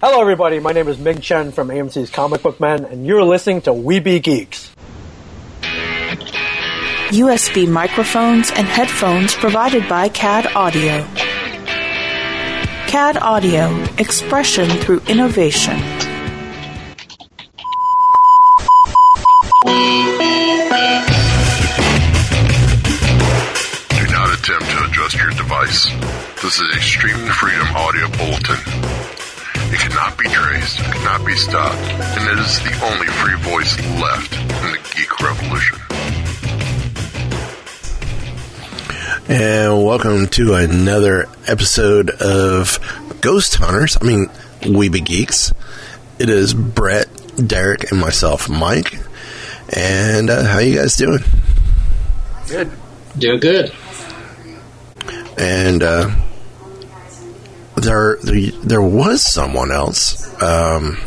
Hello, everybody. My name is Ming Chen from AMC's Comic Book Man, and you're listening to Weeby Geeks. USB microphones and headphones provided by CAD Audio. CAD Audio, expression through innovation. Do not attempt to adjust your device. This is Extreme Freedom Audio Bulletin. It cannot be traced, cannot be stopped, and it is the only free voice left in the geek revolution. And welcome to another episode of Ghost Hunters. I mean, Weeby Geeks. It is Brett, Derek, and myself, Mike. And uh, how you guys doing? Good. Doing good. And uh, there, there, there was someone else. Um,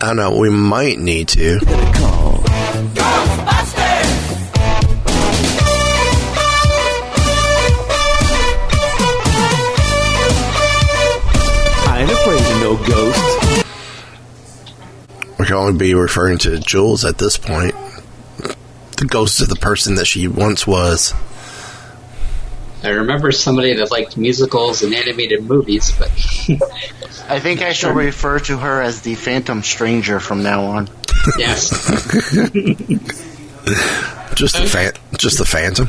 I don't know. We might need to. I ain't afraid of no ghosts. We can only be referring to Jules at this point. The ghost of the person that she once was. I remember somebody that liked musicals and animated movies, but I think I shall refer to her as the Phantom Stranger from now on. yes, Just the fan, just the phantom.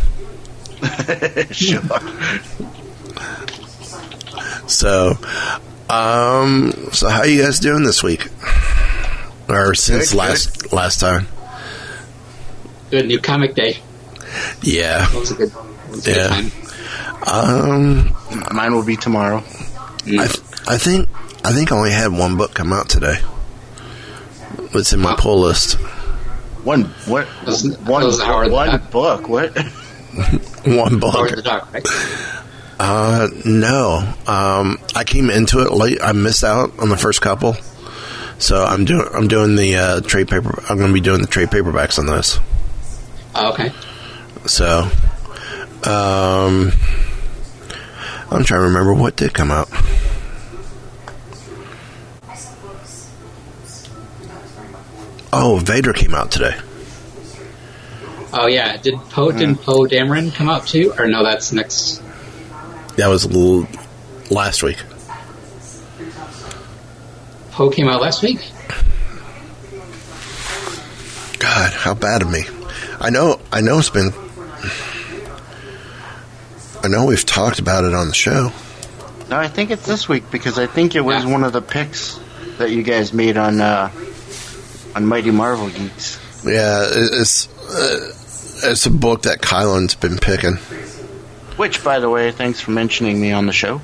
sure. So, um, so how you guys doing this week? Or since Good, last last time? good new comic day. Yeah. That was a good, that was a Yeah. good time. Um, Mine will be tomorrow. I, th- I think I think I only had one book come out today. It's in my pull list. One what Those- one those hour- one book. What? One Power book. of the Dog, right? Uh, no. Um, I came into it late. I missed out on the first couple. So I'm doing I'm doing the uh, trade paper. I'm going to be doing the trade paperbacks on those. Oh, okay. So, um, I'm trying to remember what did come out. Oh, Vader came out today. Oh yeah, did Poe Mm. did Poe Dameron come out too? Or no, that's next. That was l- last week. Poe came out last week. God, how bad of me. I know. I know it's been. I know we've talked about it on the show. No, I think it's this week because I think it was Yeah. one of the picks that you guys made on uh, on Mighty Marvel Geeks. Yeah, it- it's uh, it's a book that Kylan's been picking. Which, by the way, thanks for mentioning me on the show.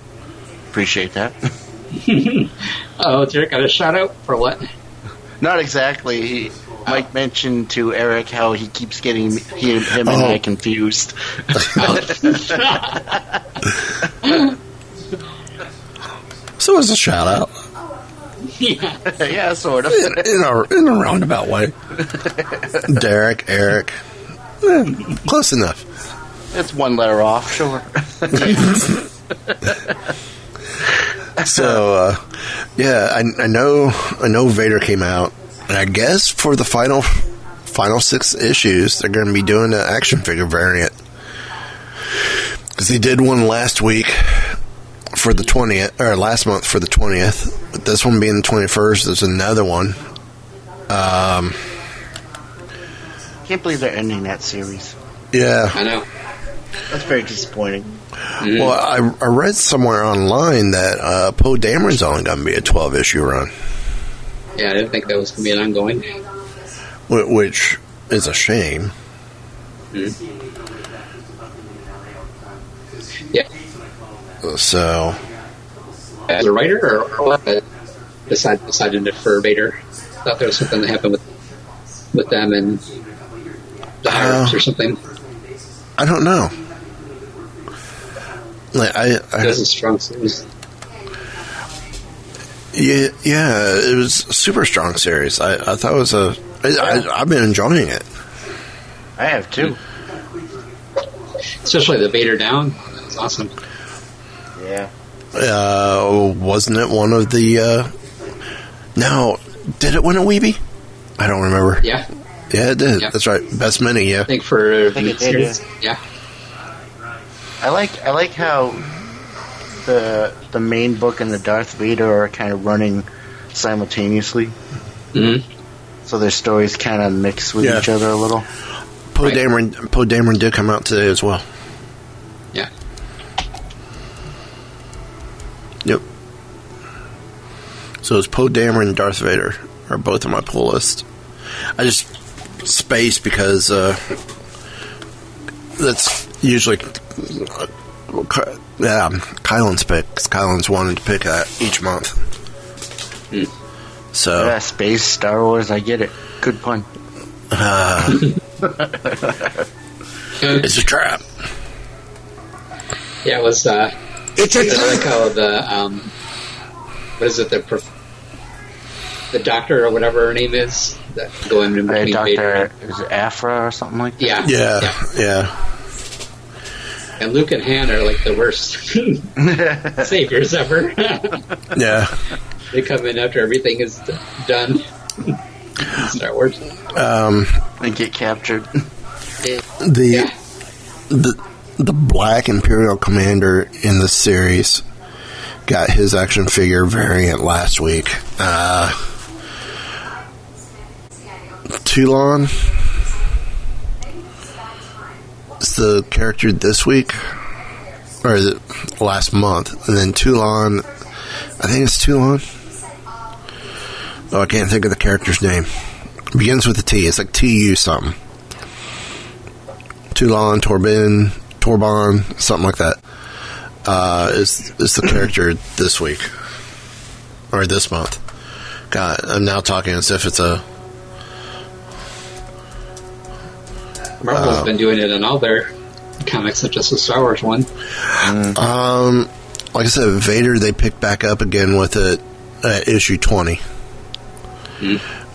Appreciate that. Oh, Derek got a shout out for what? Not exactly. He, Oh. Mike mentioned to Eric how he keeps getting he, him Oh. and I confused. So it's a shout out yeah, yeah, sort of. in, in a in a roundabout way. Derek, Eric, Eh, close enough. It's one letter off, sure. So uh, yeah, I, I know I know Vader came out, and I guess for the final final six issues, they're going to be doing an action figure variant because they did one last week for the twentieth or last month for the twentieth. This one being the twenty first, there's another one. Can't believe they're ending that series. Yeah, I know. That's very disappointing. Well, I, I read somewhere online that uh, Poe Dameron's only going to be a 12 issue run, Yeah, I didn't think that was gonna be an ongoing. whi- which is a shame. Yeah, So, as a writer or, or what? but Decided decided to for Vader. Thought there was something that happened with with them and Uh, the higher ups or something. I don't know. Like I, I That's a strong series. yeah, yeah, it was a super strong series. I, I thought it was a. I, I, I've been enjoying it. I have two. especially the Vader down. That was awesome. Yeah. Uh, wasn't it one of the? Uh, no, did it win a Weeby? I don't remember. Yeah, Yeah, it did. Yeah. That's right. Best mini. Yeah. I think for think it did, series. Yeah. I like I like how the the main book and the Darth Vader are kind of running simultaneously. Mm-hmm. Mhm. So their stories kind of mix with Yeah. each other a little. Poe Right. Dameron. Poe Dameron did come out today as well. yeah, Yep. So it's Poe Dameron and Darth Vader are both on my pull list. I just space because uh, that's usually uh, Ky- yeah, Kylan's picks. Kylan's wanted to pick that each month. So Yeah, space Star Wars. I get it. Good pun. it's a trap. yeah. It was. Uh, It's I like how the um, what is it? The prof- the doctor or whatever her name is that going in By a between Vader. doctor is it Afra or something like that. Yeah, Yeah, yeah. And Luke and Han are like the worst saviors ever. yeah. they come in after everything is d- done. Star Wars. And get captured. The Yeah. the the black imperial commander in the series got his action figure variant last week. Uh, Toulon is the character this week or is it last month, and then Toulon. I think it's Toulon. Oh, I can't think of the character's name. begins with a T. It's like T U something. Toulon, Torbin, Torbon, something like that. Uh, is is the character this week or this month? God, I'm now talking as if it's a Marvel's been doing it in all their comics, not just the Star Wars one. um. Like I said, Vader they picked back up again with it at issue 20.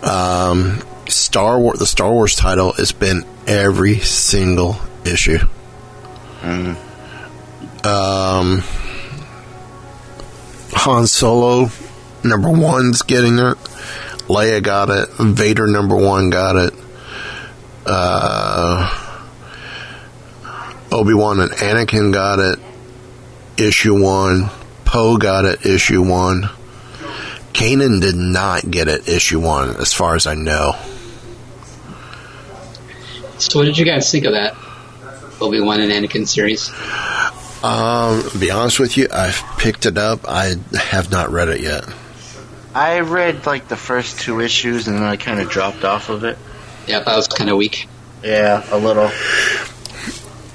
Um, Star War the Star Wars title has been every single issue. Um, Han Solo number one's getting it. Leia got it. Vader number one got it. Uh, Obi Wan and Anakin got it. Issue one. Poe got it. Issue one. Kanan did not get it. Issue one, as far as I know. So, what did you guys think of that Obi Wan and Anakin series? Um, to be honest with you, I've picked it up. I have not read it yet. I read like the first two issues and then I kind of dropped off of it. Yeah, I thought it was kind of weak. Yeah, a little.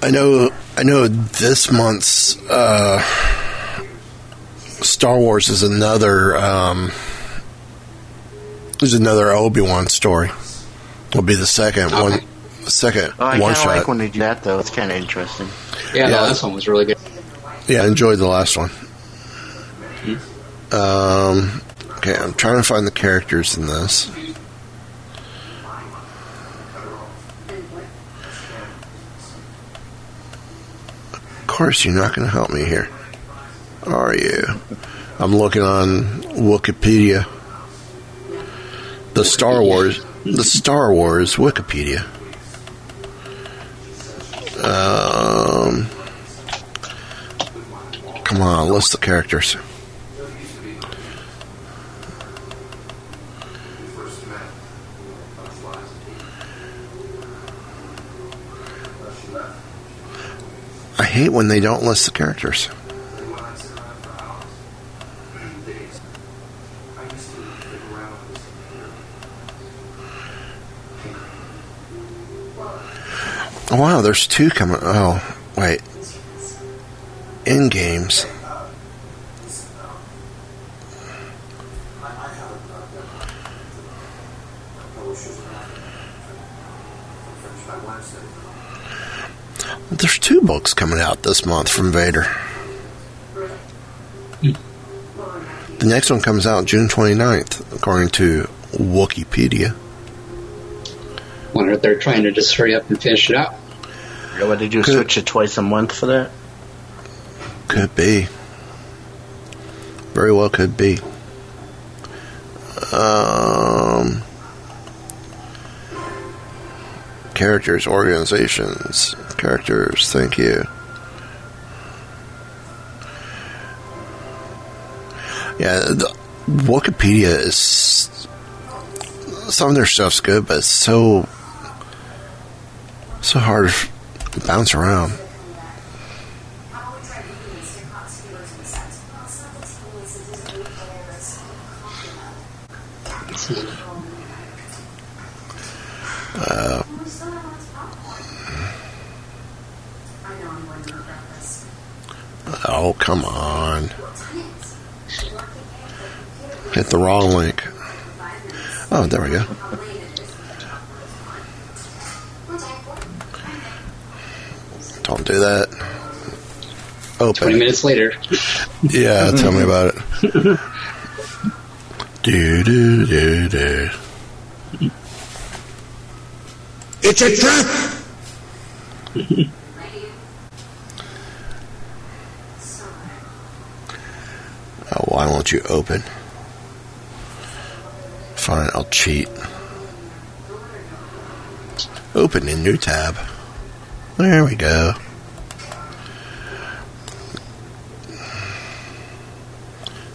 I know. I know. This month's uh, Star Wars is another. Um, is another Obi Wan story. Will be the second Okay. one. Second Oh, I one kind of shot. like when they do that though. It's kind of interesting. Yeah, the Yeah. last one was really good. Yeah, I enjoyed the last one. Um, okay, I'm trying to find the characters in this. Of course, you're not going to help me here, are you? I'm looking on Wikipedia. The Star Wars, the Star Wars Wikipedia. Um. Come on, list the characters. I hate when they don't list the characters. Wow, there's two coming. Oh, wait. In games. There's two books coming out this month from Vader. The next one comes out June 29th, according to Wikipedia. Wonder if they're trying to just hurry up and finish it up. Yeah, what they do? Switch it twice a month for that. Could be. Very well could be. Um, characters, organizations, characters. Thank you. Yeah, the, Wikipedia is some of their stuff's good, but it's so so hard to bounce around. Uh, Uh, oh, come on. Hit the wrong link. Oh, there we go. Don't do that. Open. 20 minutes later. Yeah, tell me about it. Do, do, do, do. It's a trap! Oh, why won't you open? Fine, I'll cheat. Open in new tab. There we go.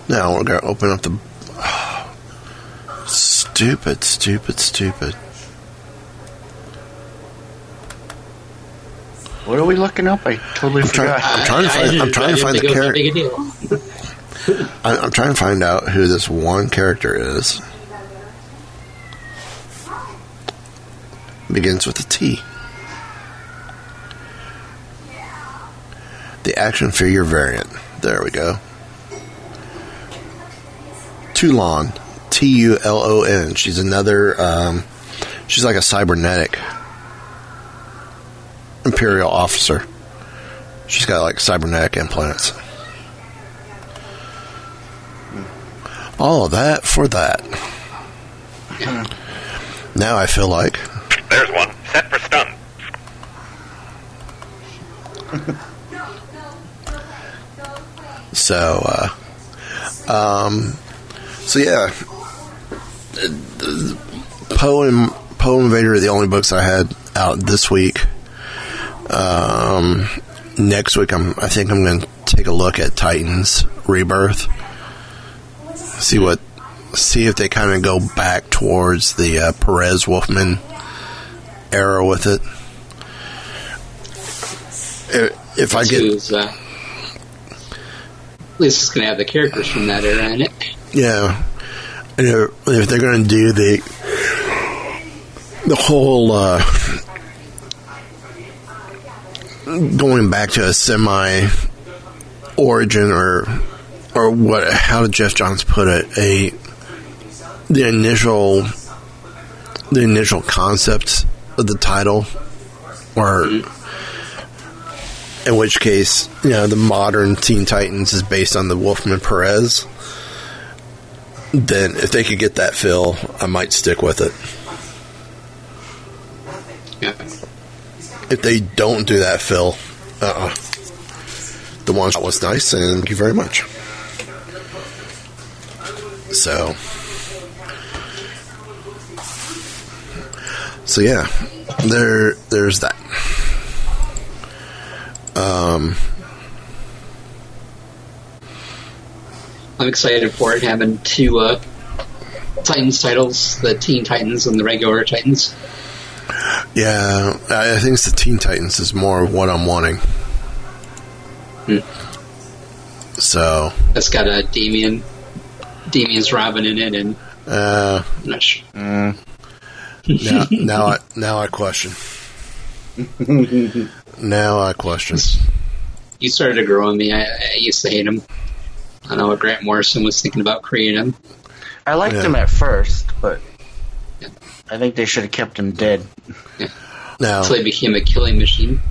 Now we're gonna open up the. stupid, stupid, stupid. What are we looking up? I totally I'm trying- forgot. I'm trying to find. I'm trying to find the character. Big a deal. I- I'm trying to find out who this one character is. Begins with a T. The action figure variant. There we go. Toulon. T U L O N. She's another. Um, she's like a cybernetic imperial officer. She's got like cybernetic implants. All of that for that. Now I feel like There's one. Set for stun. so. Uh, um, so yeah, Poe and Poe Invader are the only books I had out this week. Um, next week, I'm. I think I'm going to take a look at Titans Rebirth. See what. See if they kind of go back towards the uh, Perez Wolfman era with it. If, if I This get is, uh, at least it's going to have the characters from that era in it. Yeah, and if, if they're going to do the the whole uh, going back to a semi origin or or what? How did Jeff Johns put it? A the initial the initial concept of the title, or in which case, you know, the modern Teen Titans is based on the Wolfman Perez then if they could get that fill, I might stick with it. Yeah. If they don't do that fill, uh uh The one shot was nice, and thank you very much. So. So yeah, there there's that. I'm excited for it, having two uh, Titans titles the Teen Titans and the regular Titans. Yeah, I I think it's the Teen Titans is more of what I'm wanting. So, That's got a Damien. Damien's Robin in it, and uh, I'm not sure. now, now I now I question. now I question. He started to grow on me. I, I used to hate him. I know Grant Morrison was thinking about creating him. I liked Yeah. him at first, but I think they should have kept him dead. Now So they became a killing machine.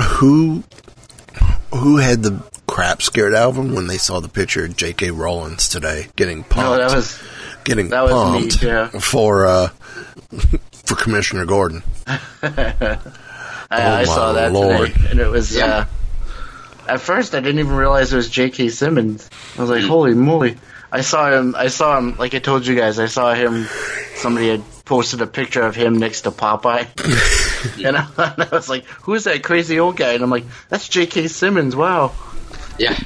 who who had the crap scared out of them when they saw the picture of J.K. Rollins today getting pumped? No, that was getting that was me, pumped yeah. for uh, for Commissioner Gordon. I, Oh, I saw my that lord. today, and it was Yeah. uh, At first, I didn't even realize it was J.K. Simmons. I was like, "Holy moly!" I saw him. I saw him. Like I told you guys, I saw him. Somebody had posted a picture of him next to Popeye, and, I, and I was like, "Who's that crazy old guy?" And I'm like, "That's J.K. Simmons." Wow. Yeah,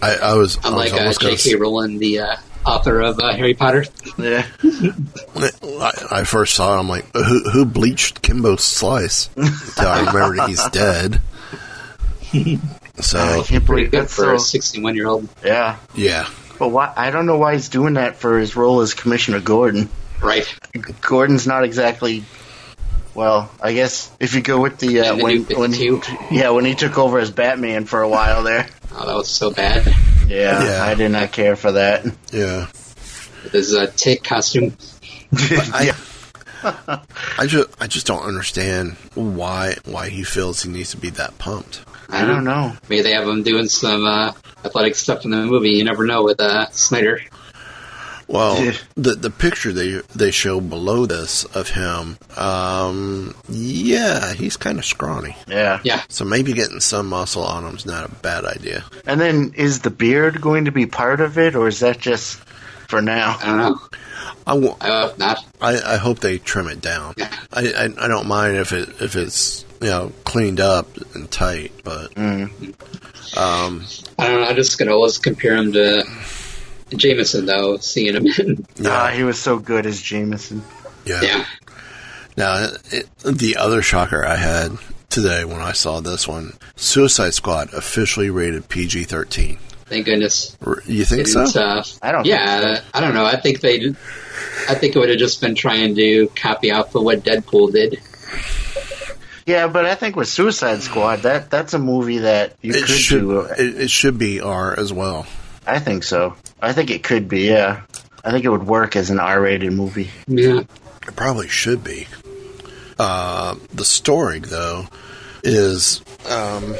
I, I was I was unlike uh, almost gonna J.K. Rowling, the uh, author of uh, Harry Potter. Yeah. I, I first saw it. I'm like, who, who bleached Kimbo Slice? Until I remembered he's dead. I So can't Pretty believe good that's for so. a 61 year old. Yeah. yeah, But why? I don't know why he's doing that for his role as Commissioner Gordon. Right. Gordon's not exactly. Well, I guess if you go with the uh, And the when New when he 52. yeah when he took over as Batman for a while there. Oh, that was so bad. Yeah, Yeah. I did not care for that. yeah. His uh, tick costume. I, I just I just don't understand why why he feels he needs to be that pumped. I don't know. Maybe they have him doing some uh, athletic stuff in the movie. You never know with uh, Snyder. Well, Yeah. the the picture they they show below this of him, um, yeah, he's kind of scrawny. Yeah. Yeah. So maybe getting some muscle on him's not a bad idea. And then is the beard going to be part of it, or is that just for now? I don't know. I, wo- I hope not. I, I hope they trim it down. I, I I don't mind if it if it's you know cleaned up and tight, but um, I don't know. I'm just going to always compare him to Jameson, though, seeing him in. Ah, yeah, he was so good as Jameson. yeah. yeah. Now, it, the other shocker I had today when I saw this one Suicide Squad officially rated PG 13. Thank goodness. You think It's, so? uh, I don't Yeah, I don't know. I think they. I think it would have just been trying to copy off of what Deadpool did. Yeah, but I think with Suicide Squad, that that's a movie that you It could should, do. it, it should be R as well. I think so. I think it could be. Yeah, I think it would work as an R-rated movie. Yeah. It probably should be. Uh, the story, though, is um,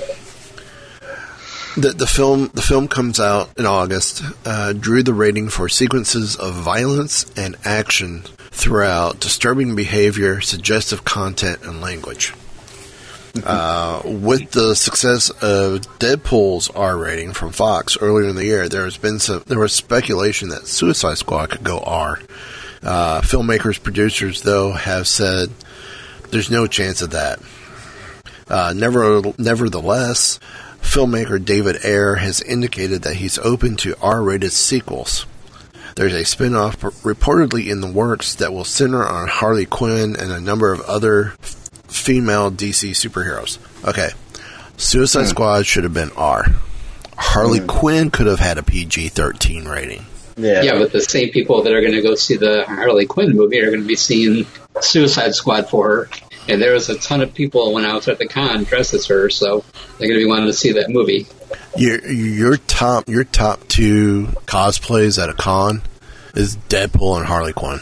that the film the film comes out in August. Uh, drew the rating for sequences of violence and action throughout, disturbing behavior, suggestive content, and language. Uh, with the success of Deadpool's R rating from Fox earlier in the year, there has been some there was speculation that Suicide Squad could go R. Uh, filmmakers, producers, though, have said there's no chance of that. Uh, never, nevertheless, filmmaker David Ayer has indicated that he's open to R-rated sequels. There's a spin-off pur- reportedly in the works that will center on Harley Quinn and a number of other f- female DC superheroes. Okay, Suicide Squad should have been R. Harley Quinn could have had a PG-13 rating. Yeah, but the same people that are going to go see the Harley Quinn movie are going to be seeing Suicide Squad for her. And there was a ton of people when I was at the con dressed as her, so they're going to be wanting to see that movie. Your your top your top two cosplays at a con is Deadpool and Harley Quinn.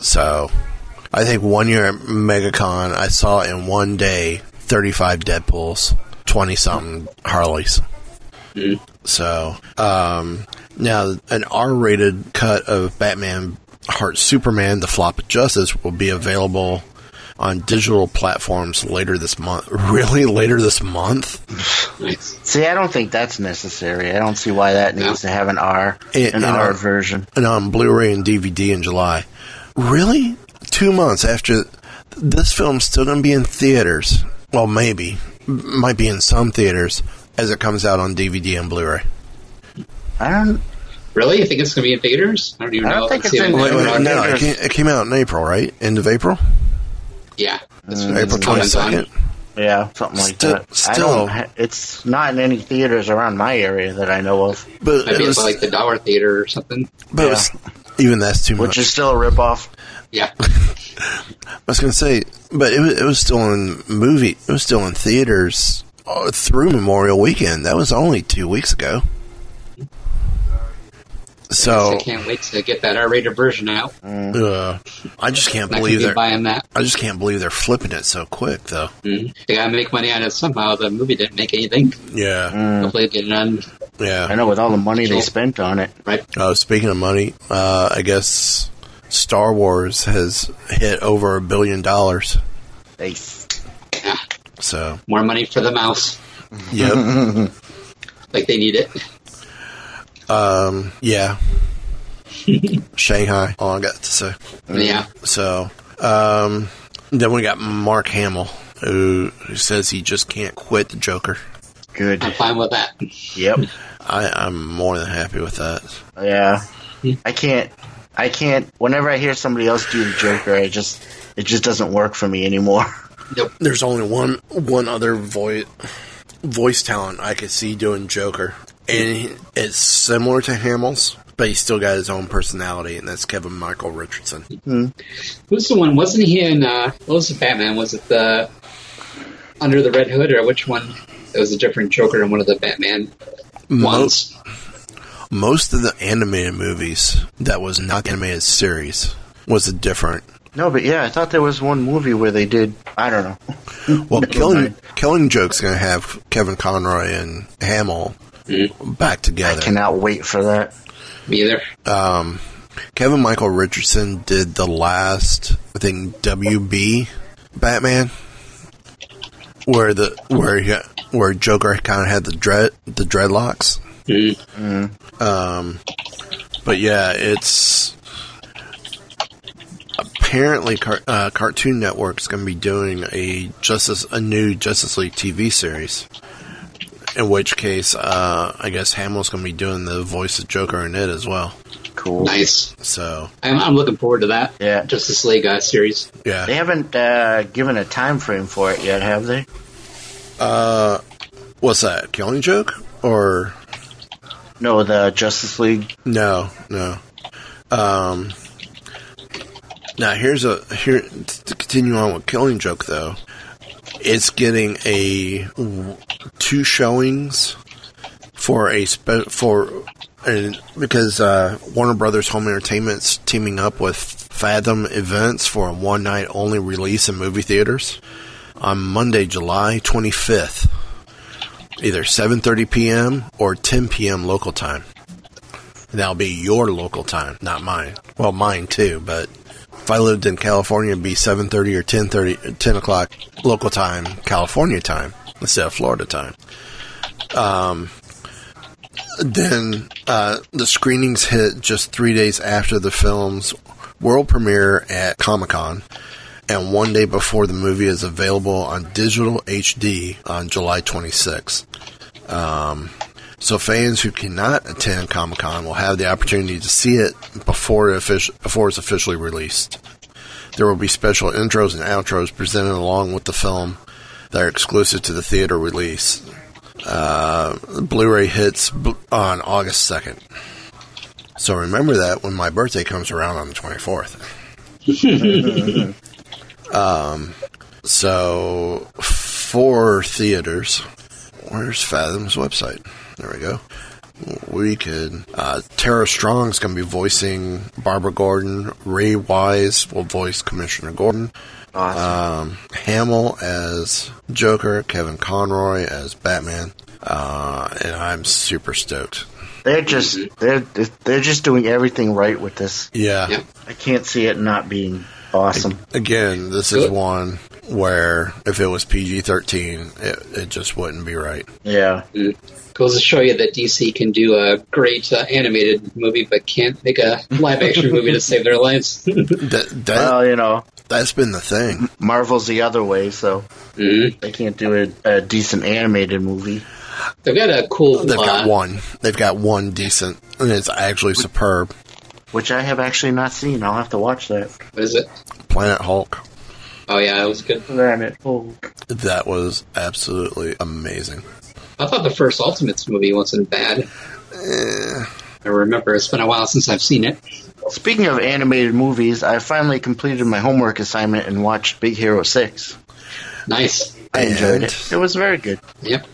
So, I think one year at MegaCon, I saw in one day thirty five Deadpools, twenty something Harleys. So, um, now an R rated cut of Batman Heart Superman: The Flop of Justice will be available on digital platforms later this month. Really, later this month. Nice. See, I don't think that's necessary. I don't see why that needs to have an R, It- an it- R version. and on um, Blu-ray and DVD in July. Really? Two months after this film's still going to be in theaters. Well, maybe M- might be in some theaters as it comes out on DVD and Blu-ray. I don't. Really? You think it's going to be in theaters? I don't even I don't know. think Let's it's see if in- it- Wait, wait, Yeah. no, it came, it came out in April, right? End of April, Yeah. That's what April it's coming twenty on. second. Yeah, something like Still- that. I still- don't. ha- It's not in any theaters around my area that I know of, But it Maybe was, it's like the Dollar Theater or something. but it was- even that's too much. which is still a ripoff. Yeah. I was going to say, but it was, it was still in movie. It was still in theaters uh, through Memorial Weekend. That was only two weeks ago. So I can't wait to get that R-rated version out. Uh, I just can't I believe can be they're. buying that. I just can't believe they're flipping it so quick, though. Mm. They got to make money on it somehow. The movie didn't make anything. Yeah, Hopefully, they get it on Mm. I yeah. know with all the money they Sure. spent on it. right. Uh, speaking of money, uh, I guess Star Wars has hit over a billion dollars. They, s- Yeah. So, More money for the mouse. Mm-hmm, yep. Like they need it. um, mm-hmm. yeah. Shanghai, all I got to say. Yeah. So, um, then we got Mark Hamill, who, who says he just can't quit the Joker. Good. I'm fine with that. Yep. I, I'm more than happy with that. Yeah. I can't. I can't. Whenever I hear somebody else do the Joker, I just it just doesn't work for me anymore. Nope. There's only one one other voice voice talent I could see doing Joker, and he- it's similar to Hamill's, but he's still got his own personality, and that's Kevin Michael Richardson. Who's the one? Wasn't he in? Uh, what was the Batman? Was it the Under the Red Hood or which one? It was a different Joker in one of the Batman ones. Most of the animated movies that was not animated series was a different. No, but yeah, I thought there was one movie where they did. I don't know. Well, Killing Killing Joke's gonna have Kevin Conroy and Hamill back together. Cannot wait for that. Me either. um, Kevin Michael Richardson did the last, I think, WB Batman, where the where he, where Joker kind of had the dread the dreadlocks. Mm. Um, but yeah, it's apparently Car- uh, Cartoon Network's going to be doing a Justice a new Justice League TV series. In which case, uh, I guess Hamill's going to be doing the voice of Joker in it as well. Cool. Nice. So I'm, I'm looking forward to that. Yeah. Justice League uh, series. yeah, They haven't uh, given a time frame for it yet, have they? what's that? Killing joke or No, the Justice League. no? No. Um. Now here's a here to continue on with Killing Joke though. It's getting a two showings for a spe- for and because uh, Warner Brothers Home Entertainment's teaming up with Fathom Events for a one night only release in movie theaters on Monday, July 25th, either 7:30 p.m. or 10 p.m. local time. And that'll be your local time, not mine. Well, mine too, but if I lived in California, it'd be 7:30 or 10:30, uh, 10 o'clock local time, California time, instead of Florida time. Um, then uh, the screenings hit just three days after the film's world premiere at Comic Con, and one day before the movie is available on digital HD on July 26th. So fans who cannot attend Comic Con will have the opportunity to see it before it offici- before it's officially released. There will be special intros and outros presented along with the film that are exclusive to the theater release. Uh, Blu-ray hits bl- on August second. So remember that when my birthday comes around on the twenty fourth. um, so for theaters, Where's Fathom's website? There we go. We could. Uh, Tara Strong's going to be voicing Barbara Gordon. Ray Wise will voice Commissioner Gordon. Awesome. Um, Hamill as Joker. Kevin Conroy as Batman. Uh, and I'm super stoked. they're just they're they're just doing everything right with this. Yeah. Yep. I can't see it not being awesome. Again, this is Good. one where if it was PG 13, it, it just wouldn't be right. Yeah. Goes to show you that DC can do a great uh, animated movie, but can't make a live action movie to save their lives. That, that, Well, you know, that's been the thing. Marvel's the other way, so Mhm. they can't do a, a decent animated movie. They've got a cool. They've got uh, one. They've got one decent, and it's actually superb. which I have actually not seen. I'll have to watch that. What is it? Planet Hulk. Oh yeah, it was good. Planet Hulk. That was absolutely amazing. I thought the first Ultimates movie wasn't bad. Eh. I remember it's been a while since I've seen it. Speaking of animated movies, I finally completed my homework assignment and watched Big Hero 6. Nice. I enjoyed And- it. It was very good. Yep.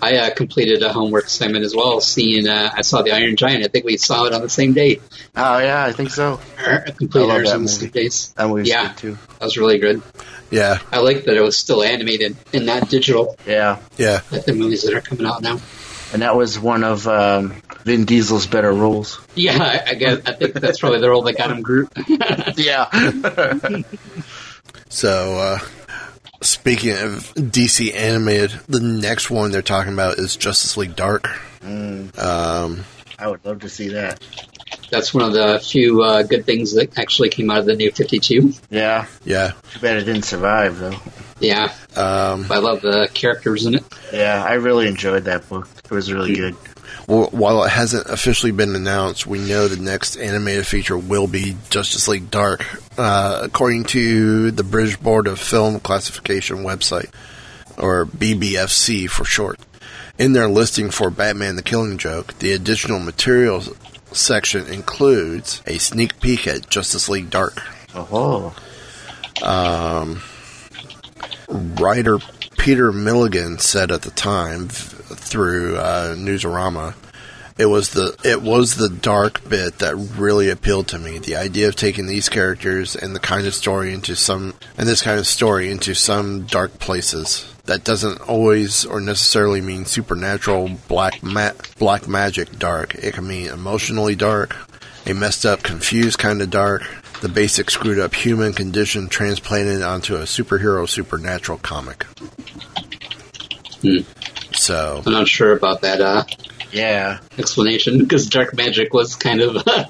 I uh, completed a homework assignment as well. Seeing, uh, I saw the Iron Giant. I think we saw it on the same day. Oh, yeah, I think so. I completed I love ours that on the same movie. days. That movie was yeah, good, too. that was really good. Yeah, I like that it was still animated and not digital. Yeah. yeah. Like the movies that are coming out now. And that was one of um, Vin Diesel's better roles. Yeah, I, I guess I think that's probably the role that got him Groot. Yeah. So, uh, Speaking of DC animated, the next one they're talking about is Justice League Dark. Um, I would love to see that. That's one of the few uh, good things that actually came out of the new 52. Yeah. yeah. Too bad it didn't survive, though. Yeah, Um, I love the characters in it. Yeah, I really enjoyed that book. It was really good. Well, while it hasn't officially been announced, we know the next animated feature will be Justice League Dark, uh, according to the British Board of Film Classification website, or BBFC for short. In their listing for Batman the Killing Joke, the additional materials section includes a sneak peek at Justice League Dark. Oh, writer Peter Milligan said at the time v- through uh, Newsarama, it was the it was the dark bit that really appealed to me. The idea of taking these characters and the kind of story into some and this kind of story into some dark places. That doesn't always or necessarily mean supernatural black ma- black magic dark. It can mean emotionally dark, a messed up, confused kind of dark. The basic screwed up human condition transplanted onto a superhero supernatural comic. So I'm not sure about that uh, yeah. explanation because dark magic was kind of a The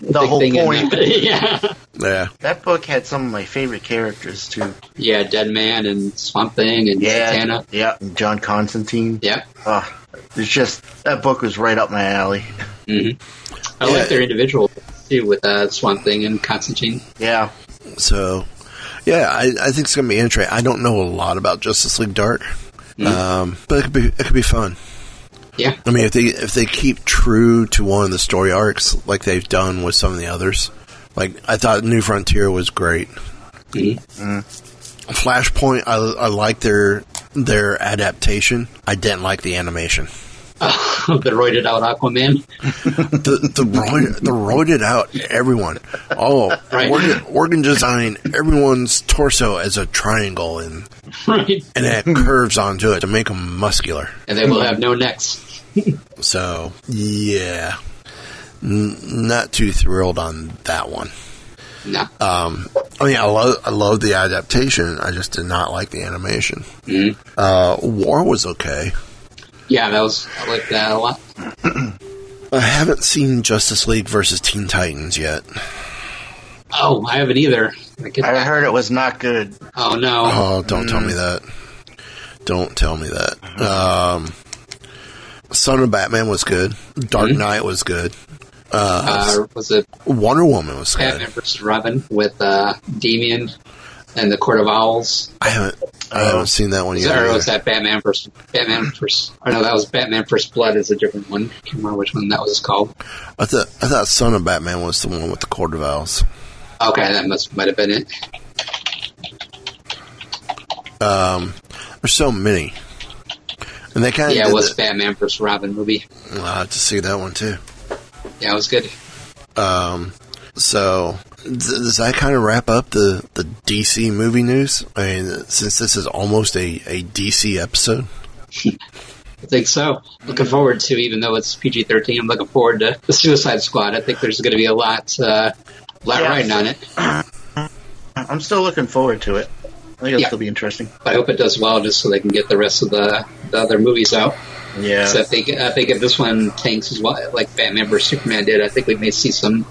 big whole thing in point. that. yeah, yeah, That book had some of my favorite characters too. yeah, Dead Man and Swamp Thing and Yeah, Satana. yeah, and John Constantine. Yeah, Ah, it's just that book was right up my alley. I like their individual too with uh, Swamp Thing and Constantine. Yeah, so yeah, I, I think it's gonna be interesting. I don't know a lot about Justice League Dark, um, but it could be it could be fun. Yeah, I mean, if they if they keep true to one of the story arcs like they've done with some of the others, like I thought New Frontier was great. Mm-hmm. Flashpoint, I, I like their their adaptation. I didn't like the animation. the roided out Aquaman. The the roid, the roided out everyone. Oh, Right. organ, organ design everyone's torso as a triangle and Right, and it curves onto it to make them muscular. and they will Mm-hmm. have no necks. So yeah, N- not too thrilled on that one. No, Uh. I mean, I love I love the adaptation. I just did not like the animation. Mm-hmm. Uh, War was okay. yeah, that was I like that a lot. I haven't seen Justice League versus Teen Titans yet. Oh, I haven't either. I get I that. heard it was not good. Oh no, Oh, don't tell me Mm. that. Don't tell me that. Um, Son of Batman was good. Dark Mm-hmm. Knight was good. uh, was it Wonder Woman was good. Batman versus Robin with uh, Damien and the Court of Owls? I haven't. I haven't seen that one Was yet. Oh. that, or either. was that Batman first? Batman first? Or no, that was Batman first Blood. Is a different one. I can't remember which one that was called. I thought I thought Son of Batman was the one with the quarter vowels. Okay, that must might have been it. There's so many, and they kind of Yeah, did it was the- Batman versus Robin movie. I'll have to see that one too. Yeah, it was good. So th- does that kind of wrap up the the DC movie news? I mean, since this is almost a a DC episode. I think so. Looking forward to, even though it's PG thirteen, I'm looking forward to the Suicide Squad. I think there's going to be a lot, uh, lot Yeah. riding on it. I'm still looking forward to it. I think it'll Yeah. still be interesting. I hope it does well, just so they can get the rest of the, the other movies out. Yeah, So I think I think if this one tanks as well, like Batman vs Superman did, I think we may see some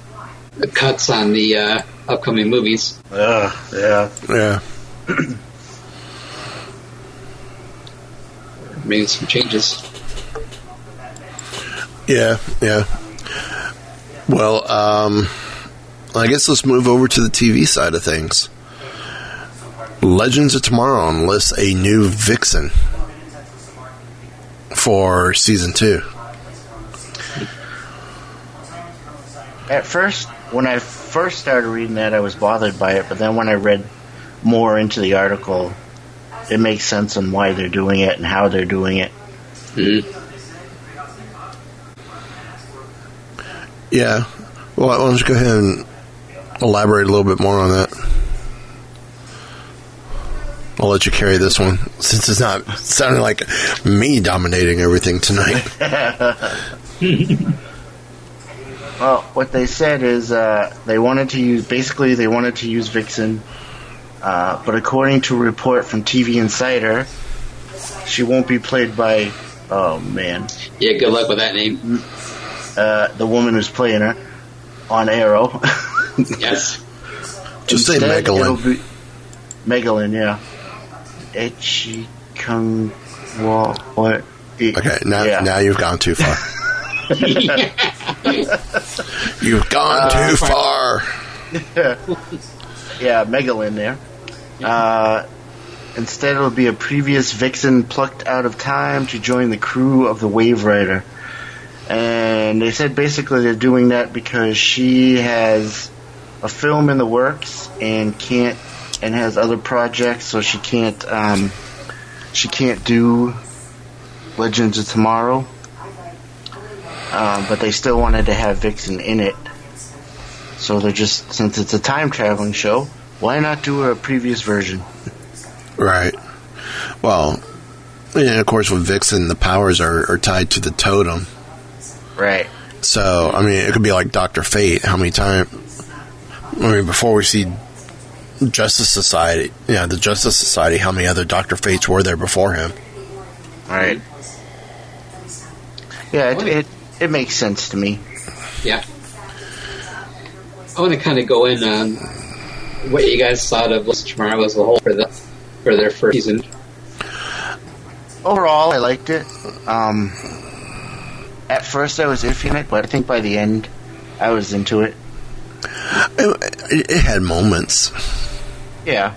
cuts on the uh, upcoming movies. Ugh, yeah. Yeah. Maybe some changes. Yeah, yeah. Well, um, I guess let's move over to the TV side of things. Legends of Tomorrow enlists a new vixen for season two. At first, when I first started reading that, I was bothered by it, but then when I read more into the article, it makes sense on why they're doing it and how they're doing it. Yeah. Well, why don't you go ahead and elaborate a little bit more on that? I'll let you carry this one since it's not sounding like me dominating everything tonight. Well, what they said is uh, they wanted to use basically they wanted to use Vixen Uh, but according to a report from TV Insider, she won't be played by. Oh man, Yeah, good luck with that name. uh, the woman who's playing her on Arrow. Yes. Just say Instead, it'll Megalyn. be- Megalyn, yeah. Echi Kung Wa. What? Okay, now Yeah. now you've gone too far. you've gone too far. Yeah, Megalyn there. Uh, instead, it'll be a previous vixen plucked out of time to join the crew of the Wave Rider. And they said basically they're doing that because she has a film in the works and can't and has other projects, so she can't um, she can't do Legends of Tomorrow. Uh, but they still wanted to have Vixen in it. So they're just since it's a time traveling show, why not do a previous version? Right. Well, and of course, with Vixen, the powers are, are tied to the totem. Right. So, I mean, it could be like Doctor Fate. How many times? I mean, before we see Justice Society, you know, the Justice Society. How many other Doctor Fates were there before him? Right. Yeah, it, it it makes sense to me. Yeah. I want to kind of go in on what you guys thought of List Tomorrow as a whole for the for their first season. Overall, I liked it. Um, at first, I was iffy on it, but I think by the end, I was into it. It, it, it had moments. Yeah.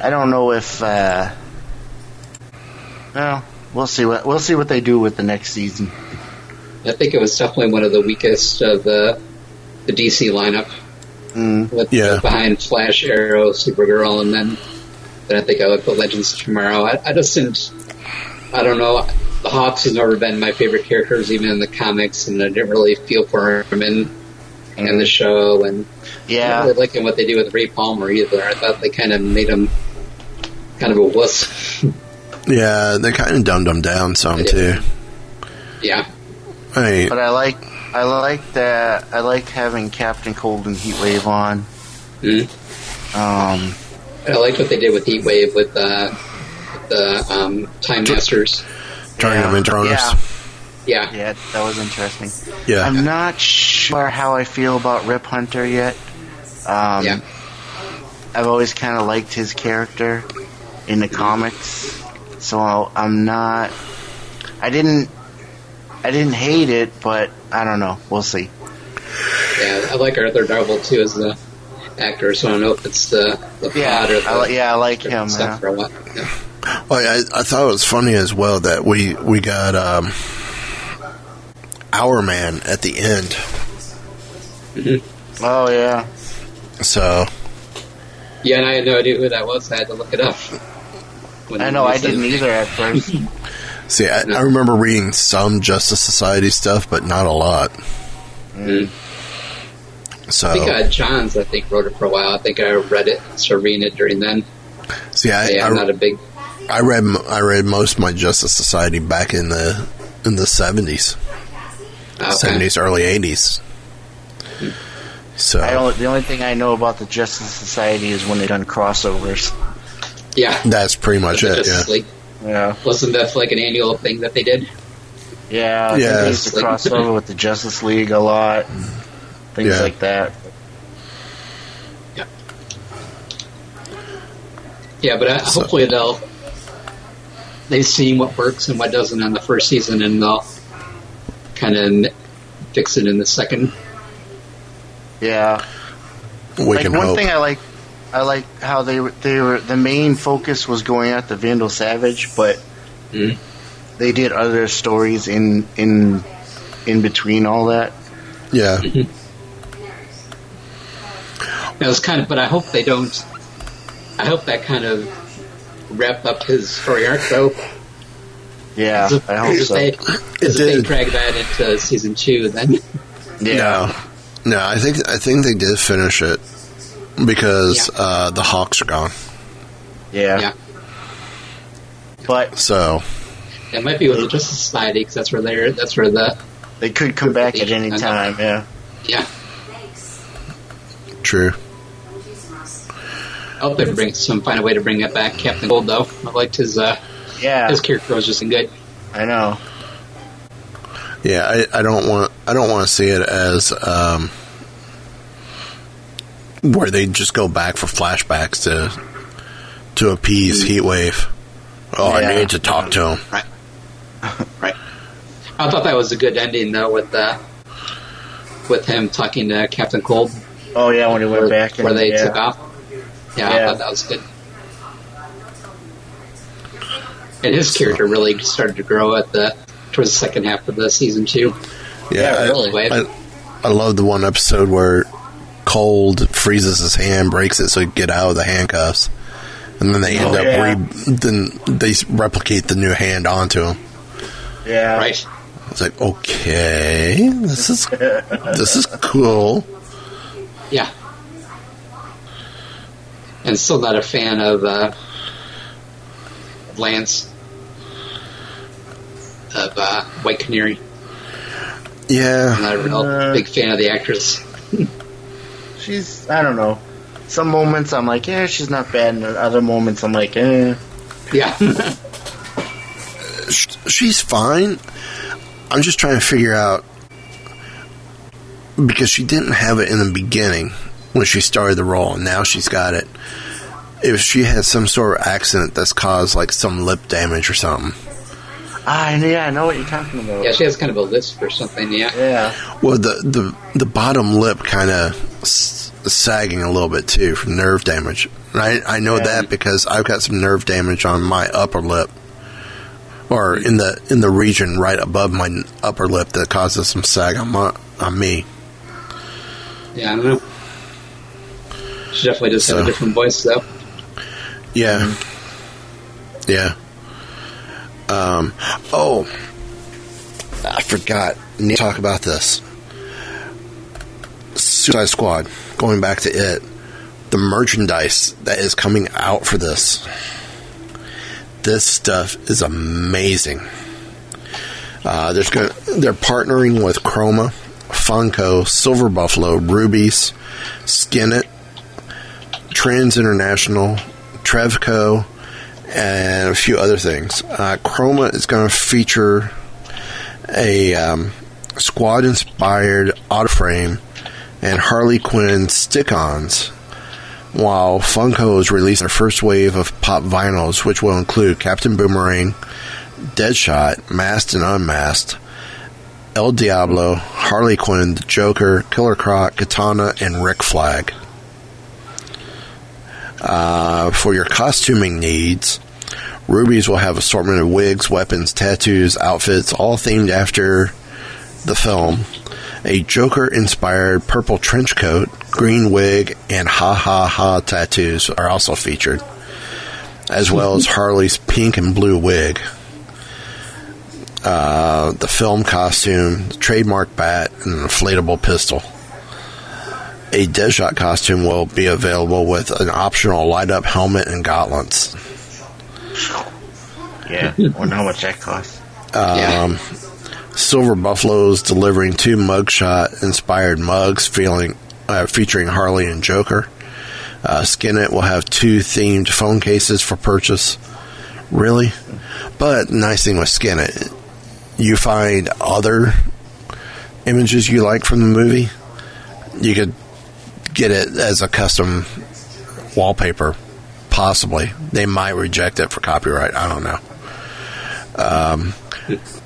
I don't know if. Uh, well, we'll see what we'll see what they do with the next season. I think it was definitely one of the weakest of the the DC lineup. Mm. With, Yeah. Behind Flash, Arrow, Supergirl, and then then I think I would put Legends tomorrow. I, I just didn't. I don't know. The Hawks has never been my favorite characters, even in the comics, and I didn't really feel for him in in the show. And I'm not Yeah, really liking what they do with Ray Palmer either. I thought they kind of made him kind of a wuss. Yeah, they kind of dumbed him down some too. yeah. I mean, but I like I like that I liked having Captain Cold and Heatwave on. Mm. Um, I liked what they did with Heatwave with uh, the um, Time Masters. turning yeah, him into Yeah, Thanos. Yeah. yeah, that was interesting. Yeah, I'm not sure how I feel about Rip Hunter yet. Um, Yeah. I've always kind of liked his character in the comics, so I'll- I'm not. I didn't. I didn't hate it, but I don't know. We'll see. Yeah, I like Arthur Darvill too as the actor, so I don't know if it's the, the Yeah, plot or the I, li- yeah, I like him. stuff yeah. or what. Yeah. Well, Oh, I, I thought it was funny as well that we we got um, our man at the end. Oh yeah. So Yeah, and I had no idea who that was. I had to look it up. When I know. I they said- didn't either at first. see, I, I remember reading some Justice Society stuff, but not a lot. Mm. So I think uh, Johns, I think, wrote it for a while. I think I read it, so reading it during then. see, I, yeah, I, I'm not a big. I read m- I read most of my Justice Society back in the in the seventies, Uh, fan. seventies, early eighties. Mm. So I only, the only thing I know about the Justice Society is when they done crossovers. Yeah. that's pretty much it. Yeah. Justice League. Yeah, Wasn't that like an annual thing that they did? yeah. I think Yeah. They used to cross over with the Justice League a lot, and things Yeah. like that. Yeah, but uh, So- hopefully they'll they've seen what works and what doesn't on the first season, and they'll kind of fix it in the second. Yeah. We like can one hope. thing I like, I like how they were- they were the main focus was going at the Vandal Savage, but Mm-hmm. Mhm. they did other stories in in in between all that. yeah. It was kind of, but I hope they don't. I hope that kind of wrapped up his story arc, though. Yeah, I hope if so. they, if they did. drag that into season two, then yeah, No, no. I think I think they did finish it because Yeah. uh, the Hawks are gone. yeah, yeah, But So that might be with the Justice Society because that's where they're. That's where the they could come back at any I know. time. Yeah. yeah. true. I hope they bring some find a way to bring that back. Captain Gold though, I liked his uh, Yeah, his character was just good. I know. Yeah, I, I don't want I don't want to see it as um, where they just go back for flashbacks to to appease Heatwave. Oh, I Mm. Yeah. need to talk to him. Right, right. I thought that was a good ending though with uh, with him talking to Captain Cold Oh yeah, when he went where, back and, where they yeah. took off. Yeah, I Yeah. thought that was good. And his character really started to grow at the towards the second half of the season too. Yeah, I- really. I, I love the one episode where Cold freezes his hand, breaks it so he can get out of the handcuffs, and then they end Oh, up yeah. re- then they s- replicate the new hand onto him. Yeah, Right. It's like okay, this is this is cool. Yeah. And still not a fan of uh, Lance of uh, White Canary. Yeah, I'm not a real Uh. big fan of the actress. She's I don't know. Some moments I'm like, yeah, she's not bad. And other moments I'm like, eh. Yeah. sh- she's fine. I'm just trying to figure out because she didn't have it in the beginning when she started the role. Now she's got it. If she has some sort of accident that's caused like some lip damage or something, Ah, and yeah, I know what you're talking about. yeah, she has kind of a lisp or something. Yeah. yeah, well, the the the bottom lip kind of s- sagging a little bit too from nerve damage. And I I know Yeah. that because I've got some nerve damage on my upper lip. Or in the in the region right above my n- upper lip that causes some sag on my on me. Yeah, I don't know. She definitely does have So. a different voice, though. Yeah. Yeah. Um, oh, I forgot. Need to talk about this. Suicide Squad, going back to it, the merchandise that is coming out for this. This stuff is amazing. Uh, there's going they're partnering with Chroma, Funko, Silver Buffalo, Rubies, Skinnet, Trans International, Trevco, and a few other things. Uh, Chroma is going to feature a um, squad inspired auto frame and Harley Quinn stick ons, while Funko is releasing their first wave of pop vinyls, which will include Captain Boomerang, Deadshot, Masked and Unmasked. El Diablo, Harley Quinn, the Joker, Killer Croc, Katana, and Rick Flag Uh, for your costuming needs. Rubies will have assortment of wigs, weapons, tattoos, outfits, all themed after the film. A Joker inspired purple trench coat, green wig, and ha ha ha tattoos are also featured, as well as Harley's pink and blue wig. Uh, the film costume, the trademark bat, and an inflatable pistol a Deadshot costume will be available with an optional light up helmet and gauntlets. yeah. I wonder how much that costs. um, yeah. Silver Buffaloes delivering two mugshot inspired mugs feeling, uh, featuring Harley and Joker. Uh, Skinnet will have two themed phone cases for purchase. Really? But nice thing with Skinnet, you find other images you like from the movie, you could get it as a custom wallpaper, possibly. They might reject it for copyright. I don't know.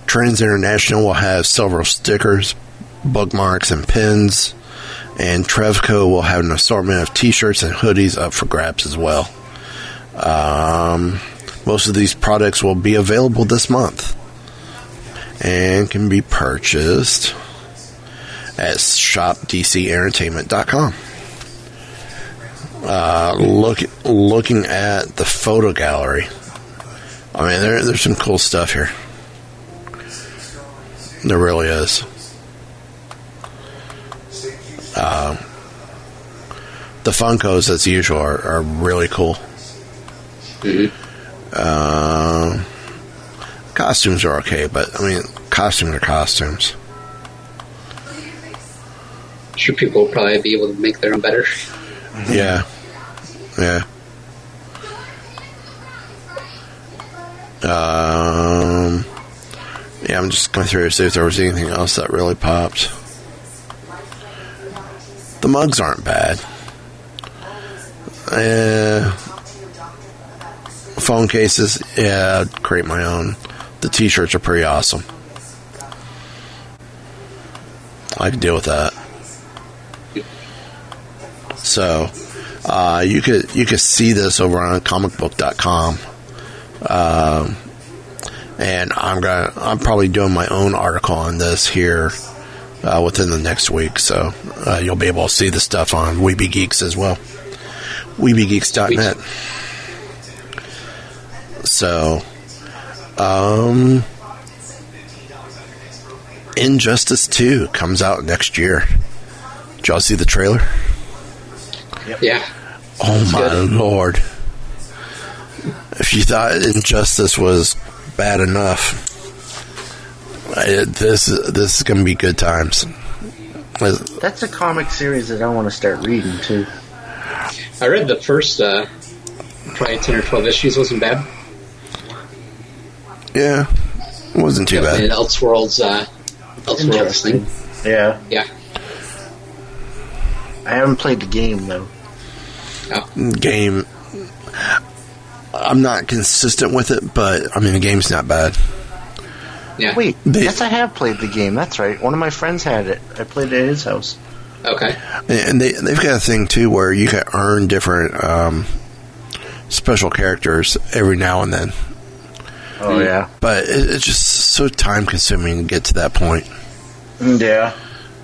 Trends International will have several stickers, bookmarks, and pins, and Trevco will have an assortment of T-shirts and hoodies up for grabs as well. Um, most of these products will be available this month and can be purchased at shopdcentertainment.com. Uh, look, looking at the photo gallery. I mean, there, there's some cool stuff here. There really is. Um, Uh, the Funkos, as usual, are, are really cool. Mm-hmm. Um, costumes are okay, but I mean, costumes are costumes. I'm sure people will probably be able to make their own better. Yeah, yeah. Um, yeah, I'm just going through to see if there was anything else that really popped. The mugs aren't bad. Uh, phone cases, yeah, I'd create my own. The t-shirts are pretty awesome. I can deal with that. So, uh, you could you could see this over on comicbook.com. Um, and I'm gonna I'm probably doing my own article on this here uh, within the next week, so uh, you'll be able to see the stuff on Weeby Geeks as well. WeebyGeeks.net. So, um, Injustice 2 comes out next year. Did y'all see the trailer? Yeah. Oh It's my good. lord. If you thought Injustice was bad enough, I, this this is going to be good times. It's- That's a comic series that I want to start reading too. I read the first uh, probably ten or twelve issues. wasn't bad. Yeah, it wasn't too And bad. Elseworlds, uh, Elseworlds thing. Yeah, Yeah. I haven't played the game though. Game. I'm not consistent with it, but I mean the game's not bad. Yeah. Wait, They- yes, I have played the game. That's right. One of my friends had it. I played it at his house. Okay. And they they've got a thing too where you can earn different um, special characters every now and then. Oh yeah, but it, it's just so time consuming to get to that point. Hmm, yeah.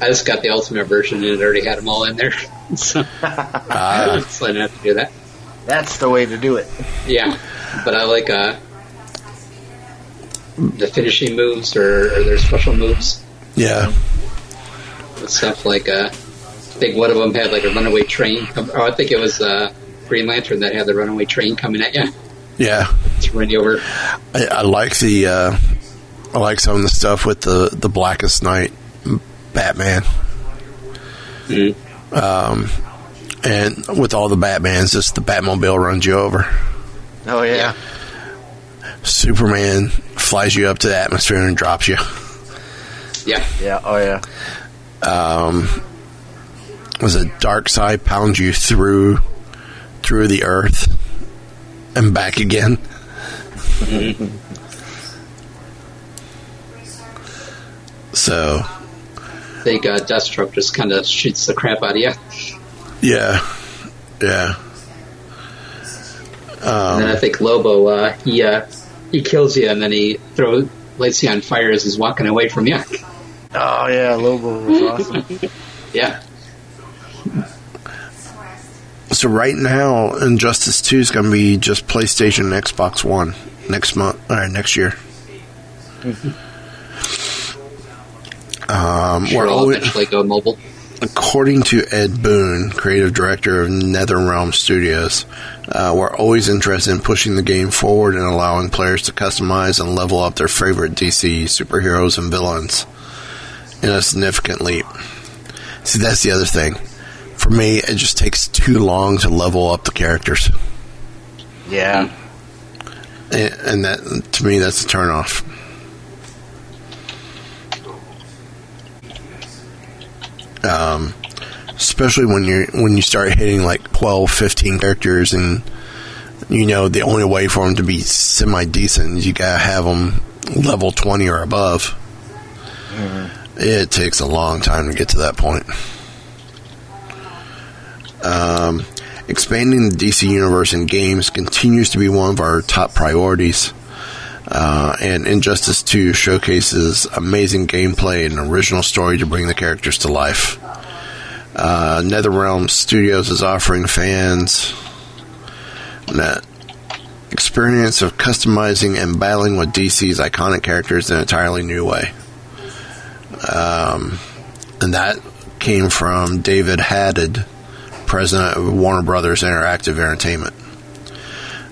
I just got the ultimate version and it already had them all in there, so Ah. so I didn't have to do that. That's the way to do it. Yeah, but I like uh, the finishing moves or, or their special moves Yeah, and stuff. Like uh, I think one of them had like a runaway train. Come, oh, I think it was uh, Green Lantern that had the runaway train coming at you yeah. to run you over. I, I like the uh, I like some of the stuff with the the Blackest Night Batman. Mhm. Um, and with all the Batmans, just the Batmobile runs you over. Oh yeah. Superman flies you up to the atmosphere and drops you. Yeah, Yeah. Oh yeah. was it dark side pounds you through through the earth and back again so I think uh, Deathstroke just kind of shoots the crap out of you. yeah yeah and then I think Lobo, uh, he uh, he kills you, and then he throws lights you on fire as he's walking away from you. Oh yeah. Lobo was awesome. Yeah, so right now injustice 2 is going to be just playstation and xbox one next month or next year um, sure, we're I'll always, eventually go mobile. According to Ed Boone, creative director of NetherRealm Studios, uh, we're always interested in pushing the game forward and allowing players to customize and level up their favorite DC superheroes and villains in a significant leap. See, that's the other thing. For me, it just takes too long to level up the characters, Yeah. and, and that to me, that's a turnoff. um, especially when you are when you start hitting like 12 15 characters and you know the only way for them to be semi decent is you gotta have them level 20 or above it takes a long time to get to that point um, expanding the dc universe in games continues to be one of our top priorities uh, and Injustice 2 showcases amazing gameplay and original story to bring the characters to life. Uh, NetherRealm Studios is offering fans an experience of customizing and battling with DC's iconic characters in an entirely new way. Um, and that came from David Haddad, president of Warner Brothers Interactive Entertainment.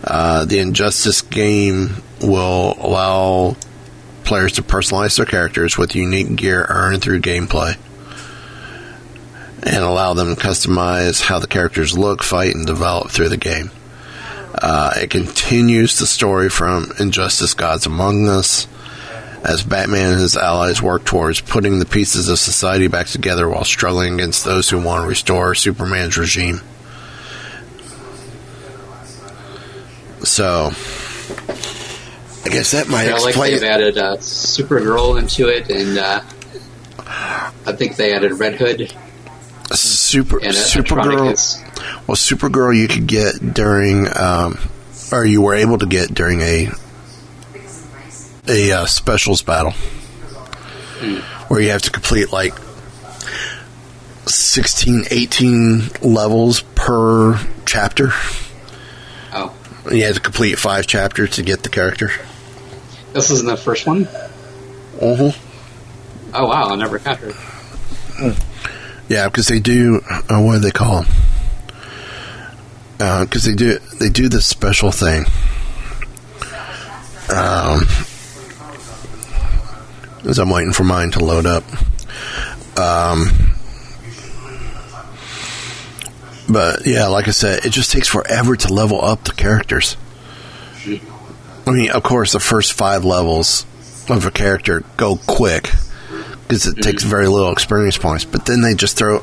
Uh, the Injustice game will allow players to personalize their characters with unique gear earned through gameplay and allow them to customize how the characters look, fight, and develop through the game. Uh, it continues the story from Injustice Gods Among Us as Batman and his allies work towards putting the pieces of society back together while struggling against those who want to restore Superman's regime. So, I guess that might I like explain. they've added uh, Supergirl into it, and uh, I think they added Red Hood Super and uh, Supergirl. Supergirl. Well, Supergirl you could get during, um, or you were able to get during a a uh, specials battle, where you have to complete like 16, 18 levels per chapter. Oh, And You have to complete five chapters to get the character. this isn't the first one. Uh-huh. Oh wow, I never got her. Yeah, because they do. Uh, what do they call them? Because they do they do this special thing. Um, as I'm waiting for mine to load up. Um, but yeah, like I said, it just takes forever to level up the characters. I mean, of course, the first five levels of a character go quick because it takes very little experience points. But then they just throw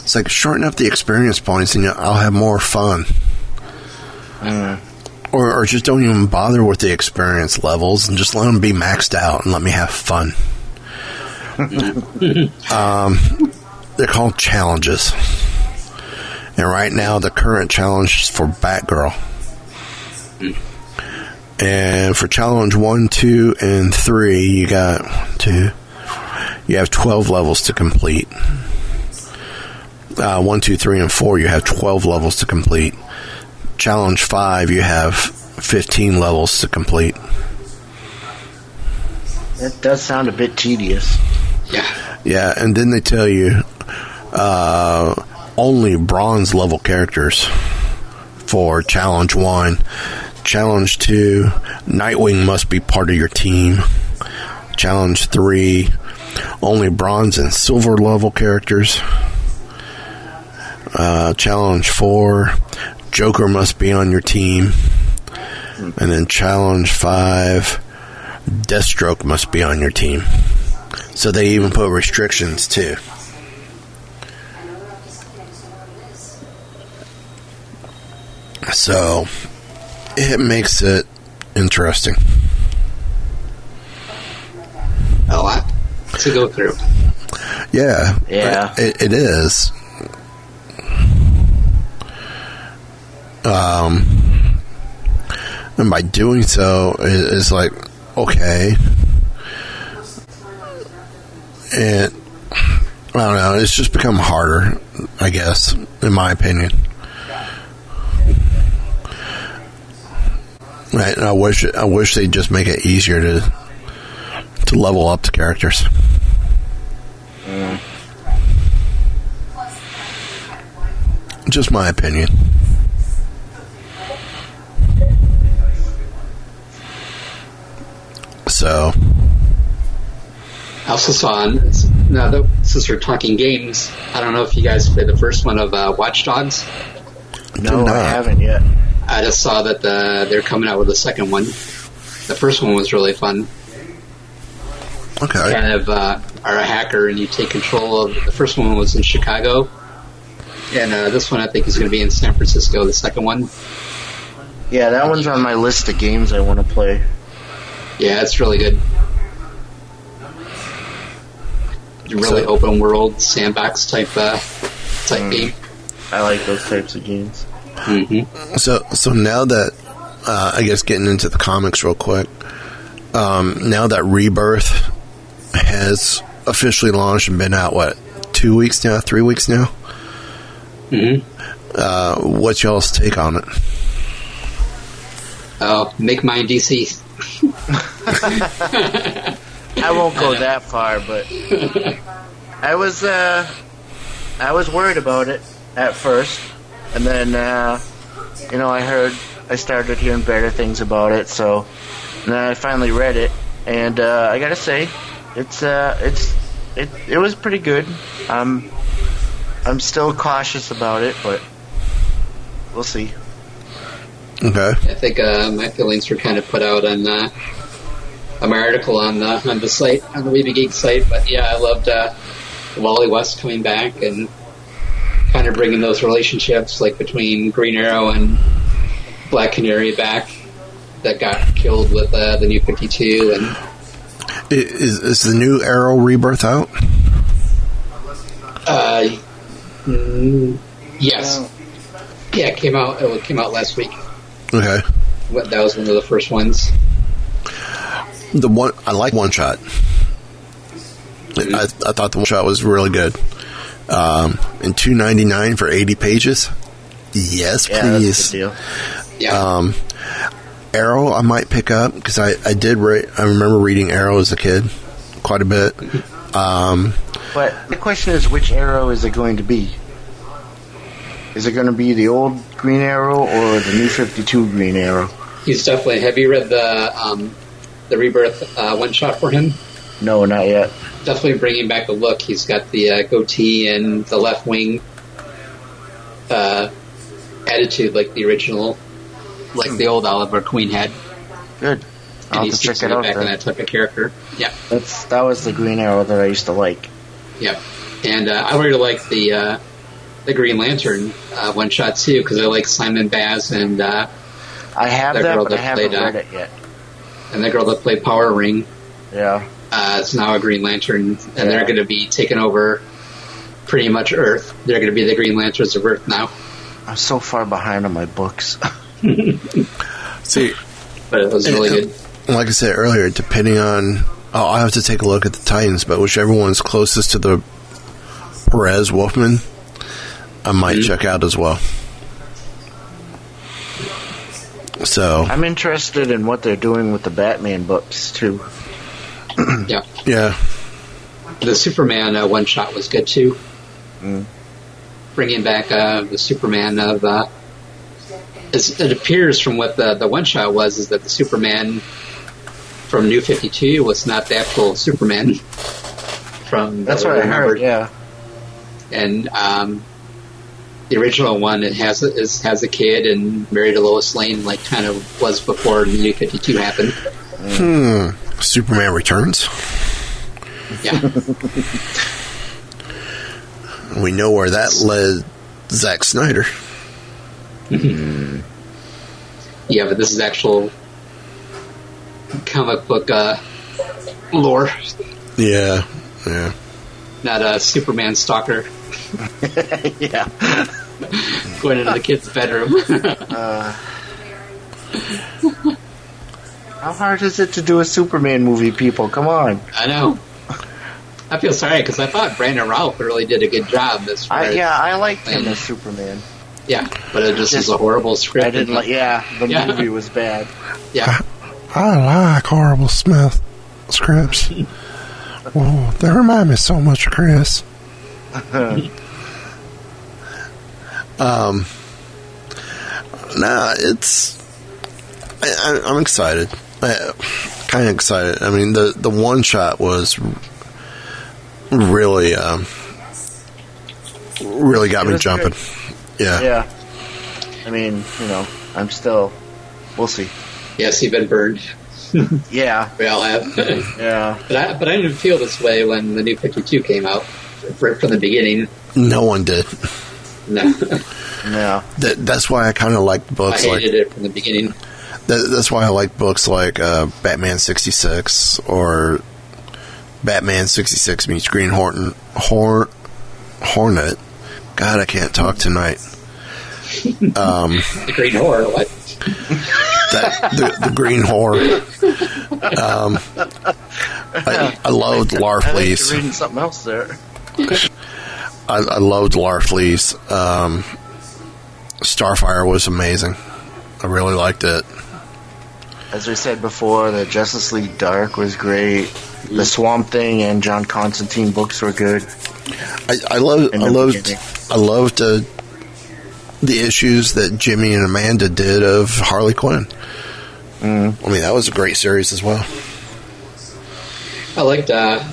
it's like shorten up the experience points, and you know, I'll have more fun. Or, or just don't even bother with the experience levels and just let them be maxed out and let me have fun. um, they're called challenges. And right now, the current challenge is for Batgirl. And for challenge one, two, and three, you got one, two, you have 12 levels to complete. Uh, one, two, three, and four, you have 12 levels to complete. Challenge five, you have 15 levels to complete. That does sound a bit tedious. Yeah, Yeah, and then they tell you uh, only bronze level characters for challenge one. Challenge two, Nightwing must be part of your team. Challenge three, only bronze and silver level characters. Uh, challenge four, Joker must be on your team. And then challenge five, Deathstroke must be on your team. So they even put restrictions too. So it makes it interesting. a lot to go through. Yeah. Yeah. It, it is. Um, Um, and by doing so, it, it's like, okay. And I don't know. It's just become harder, I guess, in my opinion. Right, and I wish I wish they'd just make it easier to to level up the characters. Just my opinion. So, I also saw on now that since we're talking games, I don't know if you guys played the first one of uh, Watch Dogs. No, I not. haven't yet. I just saw that the, they're coming out with a second one. The first one was really fun. okay. kind of uh, are a hacker and you take control of. The first one was in Chicago, and uh, this one I think is going to be in San Francisco. The second one, Yeah, that one's on my list of games I want to play. yeah, it's really good. Really So- open world sandbox type uh, type game. I like those types of games. Mm-hmm. So, so now that uh, I guess getting into the comics real quick, um, now that Rebirth has officially launched and been out what two weeks now, three weeks now. Mm-hmm. Uh, what's y'all's take on it? Oh, make mine DC. I won't go that far, but I was uh, I was worried about it at first, and then uh, you know I heard I started hearing better things about it, so and then I finally read it, and uh, I gotta say, it's uh, it's it it was pretty good. I'm I'm still cautious about it, but we'll see. Okay. I think uh, my feelings were kind of put out on uh, on my article on uh, on the site on the Weeby Geek site. But yeah, I loved uh, Wally West coming back and kind of bringing those relationships like between Green Arrow and Black Canary back that got killed with uh, the New Fifty Two and. I- Is, is the new Arrow Rebirth out? Uh, mm, yes. Yeah, it came out. It came out last week. Okay. What- That was one of the first ones. The one I like one shot. I, I thought the one shot was really good. Um, and two ninety nine for eighty pages. Yes, Yeah, that's a please. good deal. Yeah. Um, Arrow, I might pick up because I I did. Re- I remember reading Arrow as a kid quite a bit. Um, But the question is, which arrow is it going to be? Is it going to be the old Green Arrow or the new 52 Green Arrow? He's definitely. Have you read the um, the rebirth uh, one shot for him? No, not yet. Definitely bringing back the look. He's got the uh, goatee and the left wing uh, attitude, like the original, like the old Oliver Queen had. Good. And I'll have he's to check it getting out back in then. that type of character. Yeah. That's that was the Green Arrow that I used to like. Yep. And uh, I really like the uh, the Green Lantern uh, one shot too because I like Simon Baz and uh, I have That that, girl but I that haven't played, uh, read it yet. and the girl that played Power Ring. Yeah. Uh, it's now a Green Lantern, and they're Yeah. going to be taking over pretty much Earth. They're going to be the Green Lanterns of Earth now. I'm so far behind on my books. see, But it was really good. like I said earlier, depending on, I'll, I'll have to take a look at the Titans, but whichever one's closest to the Perez Wolfman, I might check out as well. So I'm interested in what they're doing with the Batman books too. Yeah. yeah, The Superman uh, one shot was good too. Mm. Bringing back uh, the Superman of. Uh, it's- it appears from what the, the one shot was is that the Superman from New 52 was not the actual Superman from That's that what we I heard. remembered. Yeah. and um, the original one it has a, is, has a kid and married to Lois Lane like kind of was before New Fifty Two happened. Superman returns. Yeah, We know where that led Zack Snyder. yeah, but this is actual comic book uh, lore, Yeah, yeah. not a Superman stalker Yeah. going into the kid's bedroom. How hard is it to do a Superman movie, people? Come on. I know. I feel sorry because I thought Brandon Ralph really did a good job as far I, as, yeah, I liked him Mm. as Superman. yeah, but it just is a horrible script. I didn't like. Yeah, the Yeah. movie was bad. yeah. I like horrible Smith scripts. Whoa, they remind me so much of Chris. um, nah, it's I, I, I'm excited. I, kind of excited. I mean, the the one shot was really um, really got It me was jumping. Yeah, Yeah. I mean, you know, I'm still. We'll see. Yes, you've been burned. Yeah. We all have. Yeah. But I, but I didn't feel this way when the new 52 came out right from the beginning. no one did. No, Yeah. That, that's why I kind of liked I books hated like it from the beginning. That, that's why I like books like uh, Batman '66 or Batman '66 meets Green Horton Hor- Hornet. God, I can't talk tonight. The Green Horror, like, That the, the Green Horror. Um, I, I loved I think Larfleeze. you're reading something else there. I, I loved Larfleeze. Um, Starfire was amazing. I really liked it. As we said before, the Justice League Dark was great. The Swamp Thing and John Constantine books were good. I, I loved, In I the loved, beginning. I loved uh, the issues that Jimmy and Amanda did of Harley Quinn. Mm. I mean, that was a great series as well. I liked. Uh,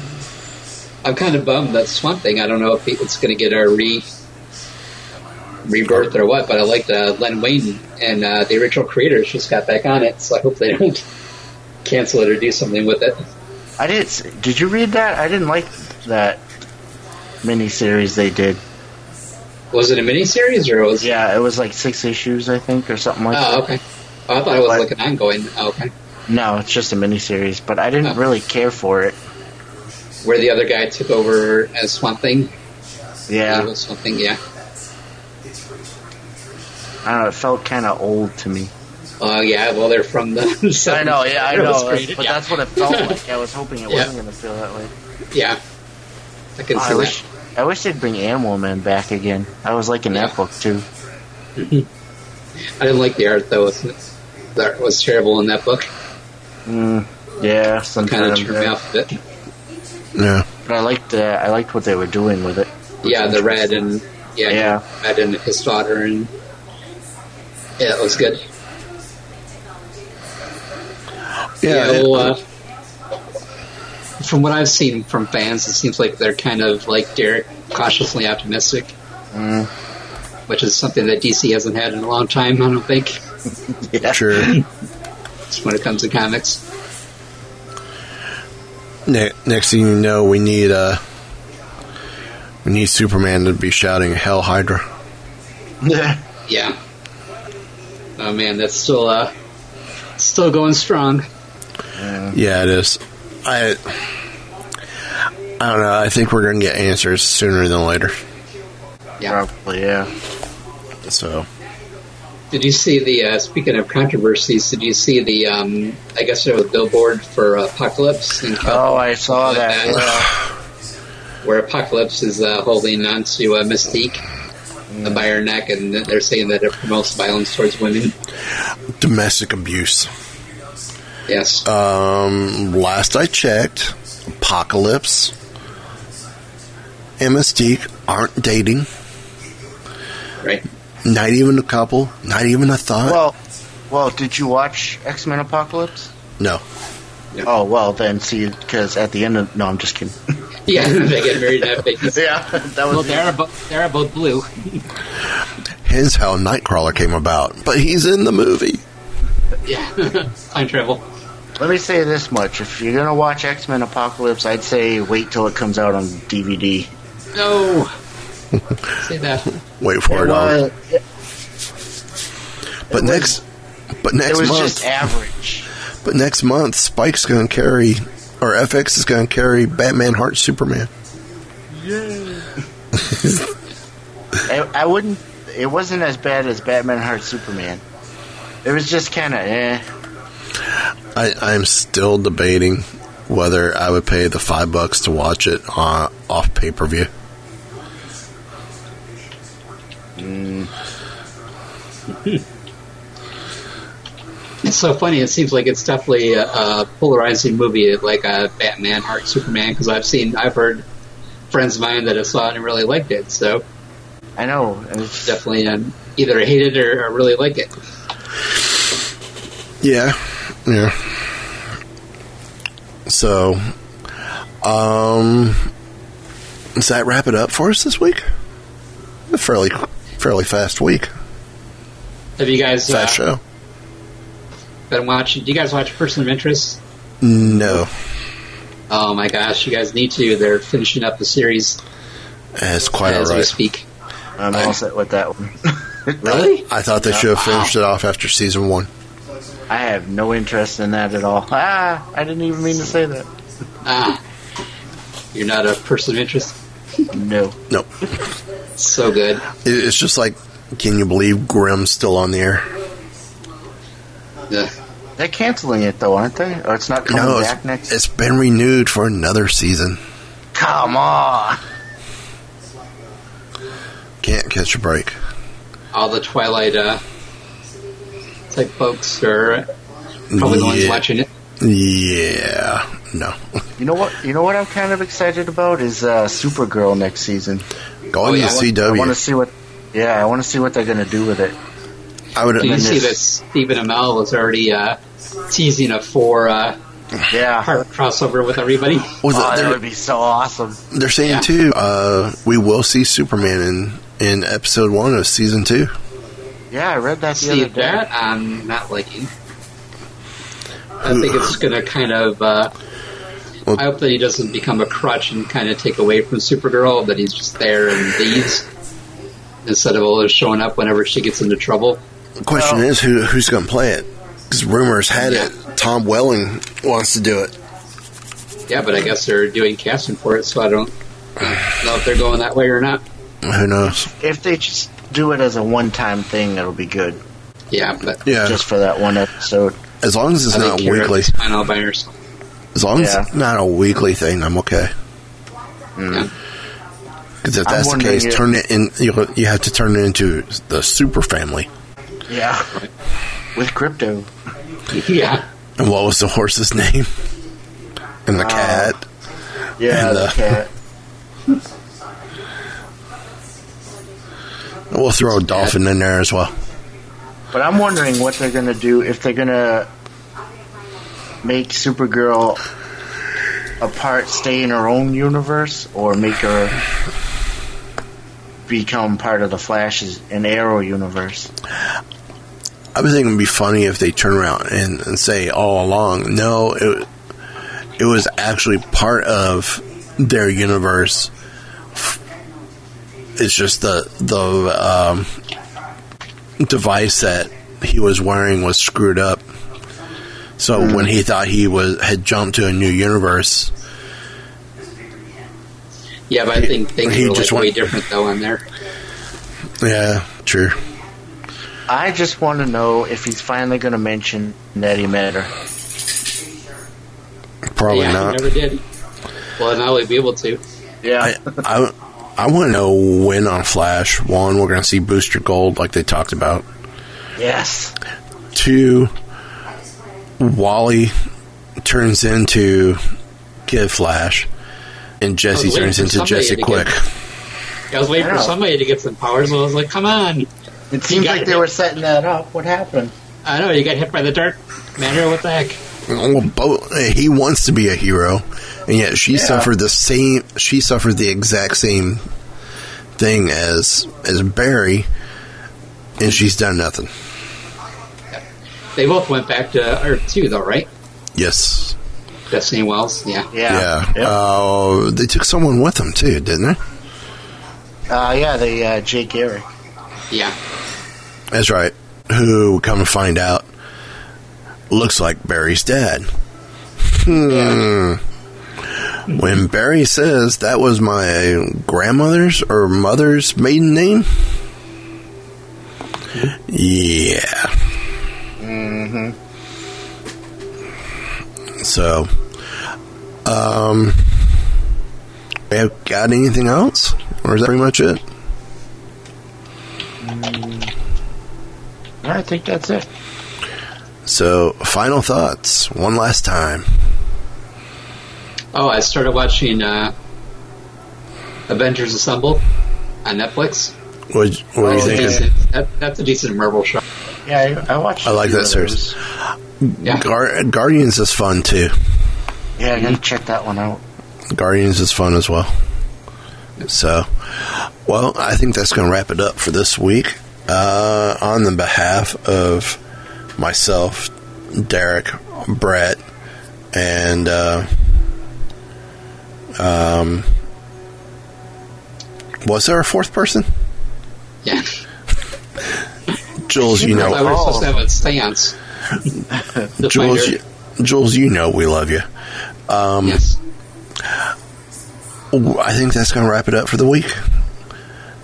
I'm kind of bummed that Swamp Thing. I don't know if it's going to get a re rebirth or what, but I liked uh, Len Wayne and uh, the original creators just got back on it, so I hope they don't cancel it or do something with it. I didn't. s- Did you read that? I didn't like that miniseries they did. Was it a miniseries or was Yeah, it was like six issues, I think, or something like that. Oh, okay. Oh, I thought it was What? like an ongoing. Oh, okay. No, it's just a miniseries, but I didn't Oh. really care for it. Where the other guy took over as Swamp Thing. He Yeah, was Swamp Thing, yeah. I don't know. It felt kind of old to me. Oh, yeah, well, they're from the. I know, yeah, I It was know, created, but yeah. that's what it felt like. I was hoping it Yeah. wasn't going to feel that way. Yeah. I can see I wish, that. I wish they'd bring Animal Man back again. I was liking Yeah. that book too. I didn't like the art, though. It's- The art was terrible in that book. Mm, yeah, Kind of sometimes. turned me Um, yeah. off a bit. Yeah. But I liked, uh, I liked what they were doing with it. Yeah, the red and. Yeah, Yeah. red and his daughter, and. Yeah, it was good. Yeah. well, uh, from what I've seen from fans, it seems like they're kind of like Derek, cautiously optimistic, Mm. which is something that DC hasn't had in a long time. I don't think yeah, sure. It's when it comes to comics. Ne- next thing you know, we need uh, we need Superman to be shouting "Hell Hydra." Yeah. Yeah. Oh man, that's still uh, still going strong. Mm. Yeah, it is. I I don't know. I think we're gonna get answers sooner than later. Yeah. Probably, yeah. So Did you see the? Uh, speaking of controversies, did you see the? Um, I guess it was billboard for Apocalypse in Oh, I saw that. Yeah. where Apocalypse is uh, holding on to uh, Mystique Mm. by her neck, and they're saying that it promotes violence towards women. domestic abuse. Yes. Uh. Um, last I checked, Apocalypse and Mystique aren't dating. right. Not even a couple. Not even a thought. Well, well, did you watch X Men Apocalypse? no. Oh well, then see, because at the end of no, I'm just kidding. Yeah, they get married that big. yeah, that Well, was they're both, they're both blue. Hence how Nightcrawler came about. But he's in the movie. Yeah. Time travel. Let me say this much: if you're gonna watch X Men Apocalypse, I'd say wait till it comes out on DVD. No. Say that. Wait for it, all. was, it But next, but next was month, just average. but next month, Spike's going to carry, or FX is going to carry Batman Heart Superman. I, I wouldn't. It wasn't as bad as Batman Heart Superman. It was just kind of eh. I, I'm still debating whether I would pay the five bucks to watch it on, off pay per view. It's so funny. It seems like it's definitely a, a polarizing movie, like a Batman, Heart, Superman. Because I've seen, I've heard friends of mine that have saw it and really liked it. So I know. and It's, definitely, um, either hate it or, or really like it. Yeah, yeah. So, um, does that wrap it up for us this week? A fairly, fairly fast week, Have you guys uh, fast show. been watching? Do you guys watch Person of Interest? No, Oh my gosh, you guys need to. They're finishing up the series that's quite as we alright. speak. I'm all set with that one. Really? I thought they should have finished it off after season one. I have no interest in that at all. Ah, I didn't even mean to say that. Ah. You're not a person of interest? No. Nope. So good. It, it's just like, can you believe Grimm's still on the air? Yeah. They're canceling it though, aren't they? Or it's not coming No, back it's, next. it's been renewed for another season. Come on. Can't catch a break. All the Twilight uh, type folks are probably the ones Yeah. watching it. Yeah, no. You know what? You know what I'm kind of excited about is uh, Supergirl next season. Going Oh, yeah, I to want- I CW. want to see what. Yeah, I want to see what they're gonna do with it. I would. Did you then see that this- Stephen Amell was already uh, teasing a four uh, Yeah. part crossover with everybody? Well, Oh, that they're, would be so awesome. they're saying Yeah. too. Uh, we will see Superman in in episode one of season two. Yeah, I read that the See other day. that I'm not liking. I think it's going to kind of. Uh, Well- I hope that he doesn't become a crutch and kind of take away from Supergirl. That he's just there and leaves instead of always showing up whenever she gets into trouble. The question Well- is, who who's going to play it? Because rumors had it Tom Welling wants to do it. Yeah, but I guess they're doing casting for it, so I don't know if they're going that way or not. Who knows? If they just do it as a one-time thing, it'll be good. Yeah, but Yeah, Just for that one episode. as long as it's I think not Kara weekly. is fine all by herself. As long as Yeah. Mm. it's not a weekly thing, I'm okay. Yeah. Because if I'm that's the wondering case, if- turn it in. You you have to turn it into the super family. Yeah. With crypto. yeah. And what was the horse's name? And the cat. Yeah, And, uh, the cat. We'll throw a dolphin in there as well. But I'm wondering what they're gonna do if they're gonna make Supergirl a part stay in her own universe or make her become part of the Flash's and Arrow universe. I would think it would be funny if they turn around and, and say all along, no, it it was actually part of their universe. It's just the the um, device that he was wearing was screwed up. So Hmm. when he thought he was had jumped to a new universe, Yeah, but I think things He are like just way went- different though on there. yeah, true. I just want to know if he's finally gonna mention that he met her. Probably yeah, not. he never did. Well, now we'd be able to. Yeah, I I, I want to know when on Flash one we're going to see Booster Gold like they talked about. yes, Two, Wally turns into Kid Flash, and Jesse Oh, wait, turns for into somebody Jesse to get- Quick. I was waiting for Yeah. somebody to get some powers, and I was like, "Come on!" it seems got like they it. were setting that up. What happened? I know you got hit by the dark matter. What the heck? Well, both he wants to be a hero, and yet she Yeah. suffered the same. She suffered the exact same thing as as Barry, and she's done nothing. They both went back to Earth too, though, right? Yes. Destiny Wells. Yeah. Yeah, Yeah. Yep. Uh, they took someone with them too, didn't they? Uh, yeah, the uh, Jake Eric. Yeah. That's right. Who come to find out looks like Barry's dad. Hmm. When Barry says that was my grandmother's or mother's maiden name, yeah. Mm-hmm. So, um, we have got anything else, or is that pretty much it? I think that's it. So, final thoughts, one last time. Oh, I started watching uh, Avengers Assemble on Netflix. What, what are you That's a thinking? decent- that- that's a decent Marvel show. Yeah, I, I watched. I a like few that of series. those. Yeah. Gar- Guardians is fun too. Yeah, I gotta check that one out. Guardians is fun as well. So, well, I think that's going to wrap it up for this week. Uh, on the behalf of myself, Derek, Brett, and uh, um, was there a fourth person? Yeah. Jules, you know, I was supposed to have a stance. The Jules, um, fighter. you, Jules, you know, we love you. yes. I think that's going to wrap it up for the week.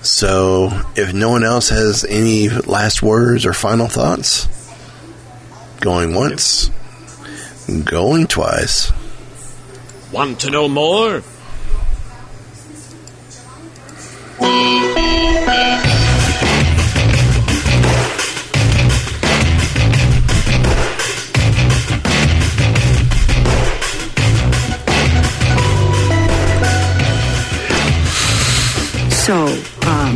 So, if no one else has any last words or final thoughts, going once, going twice. Want to know more? So, um,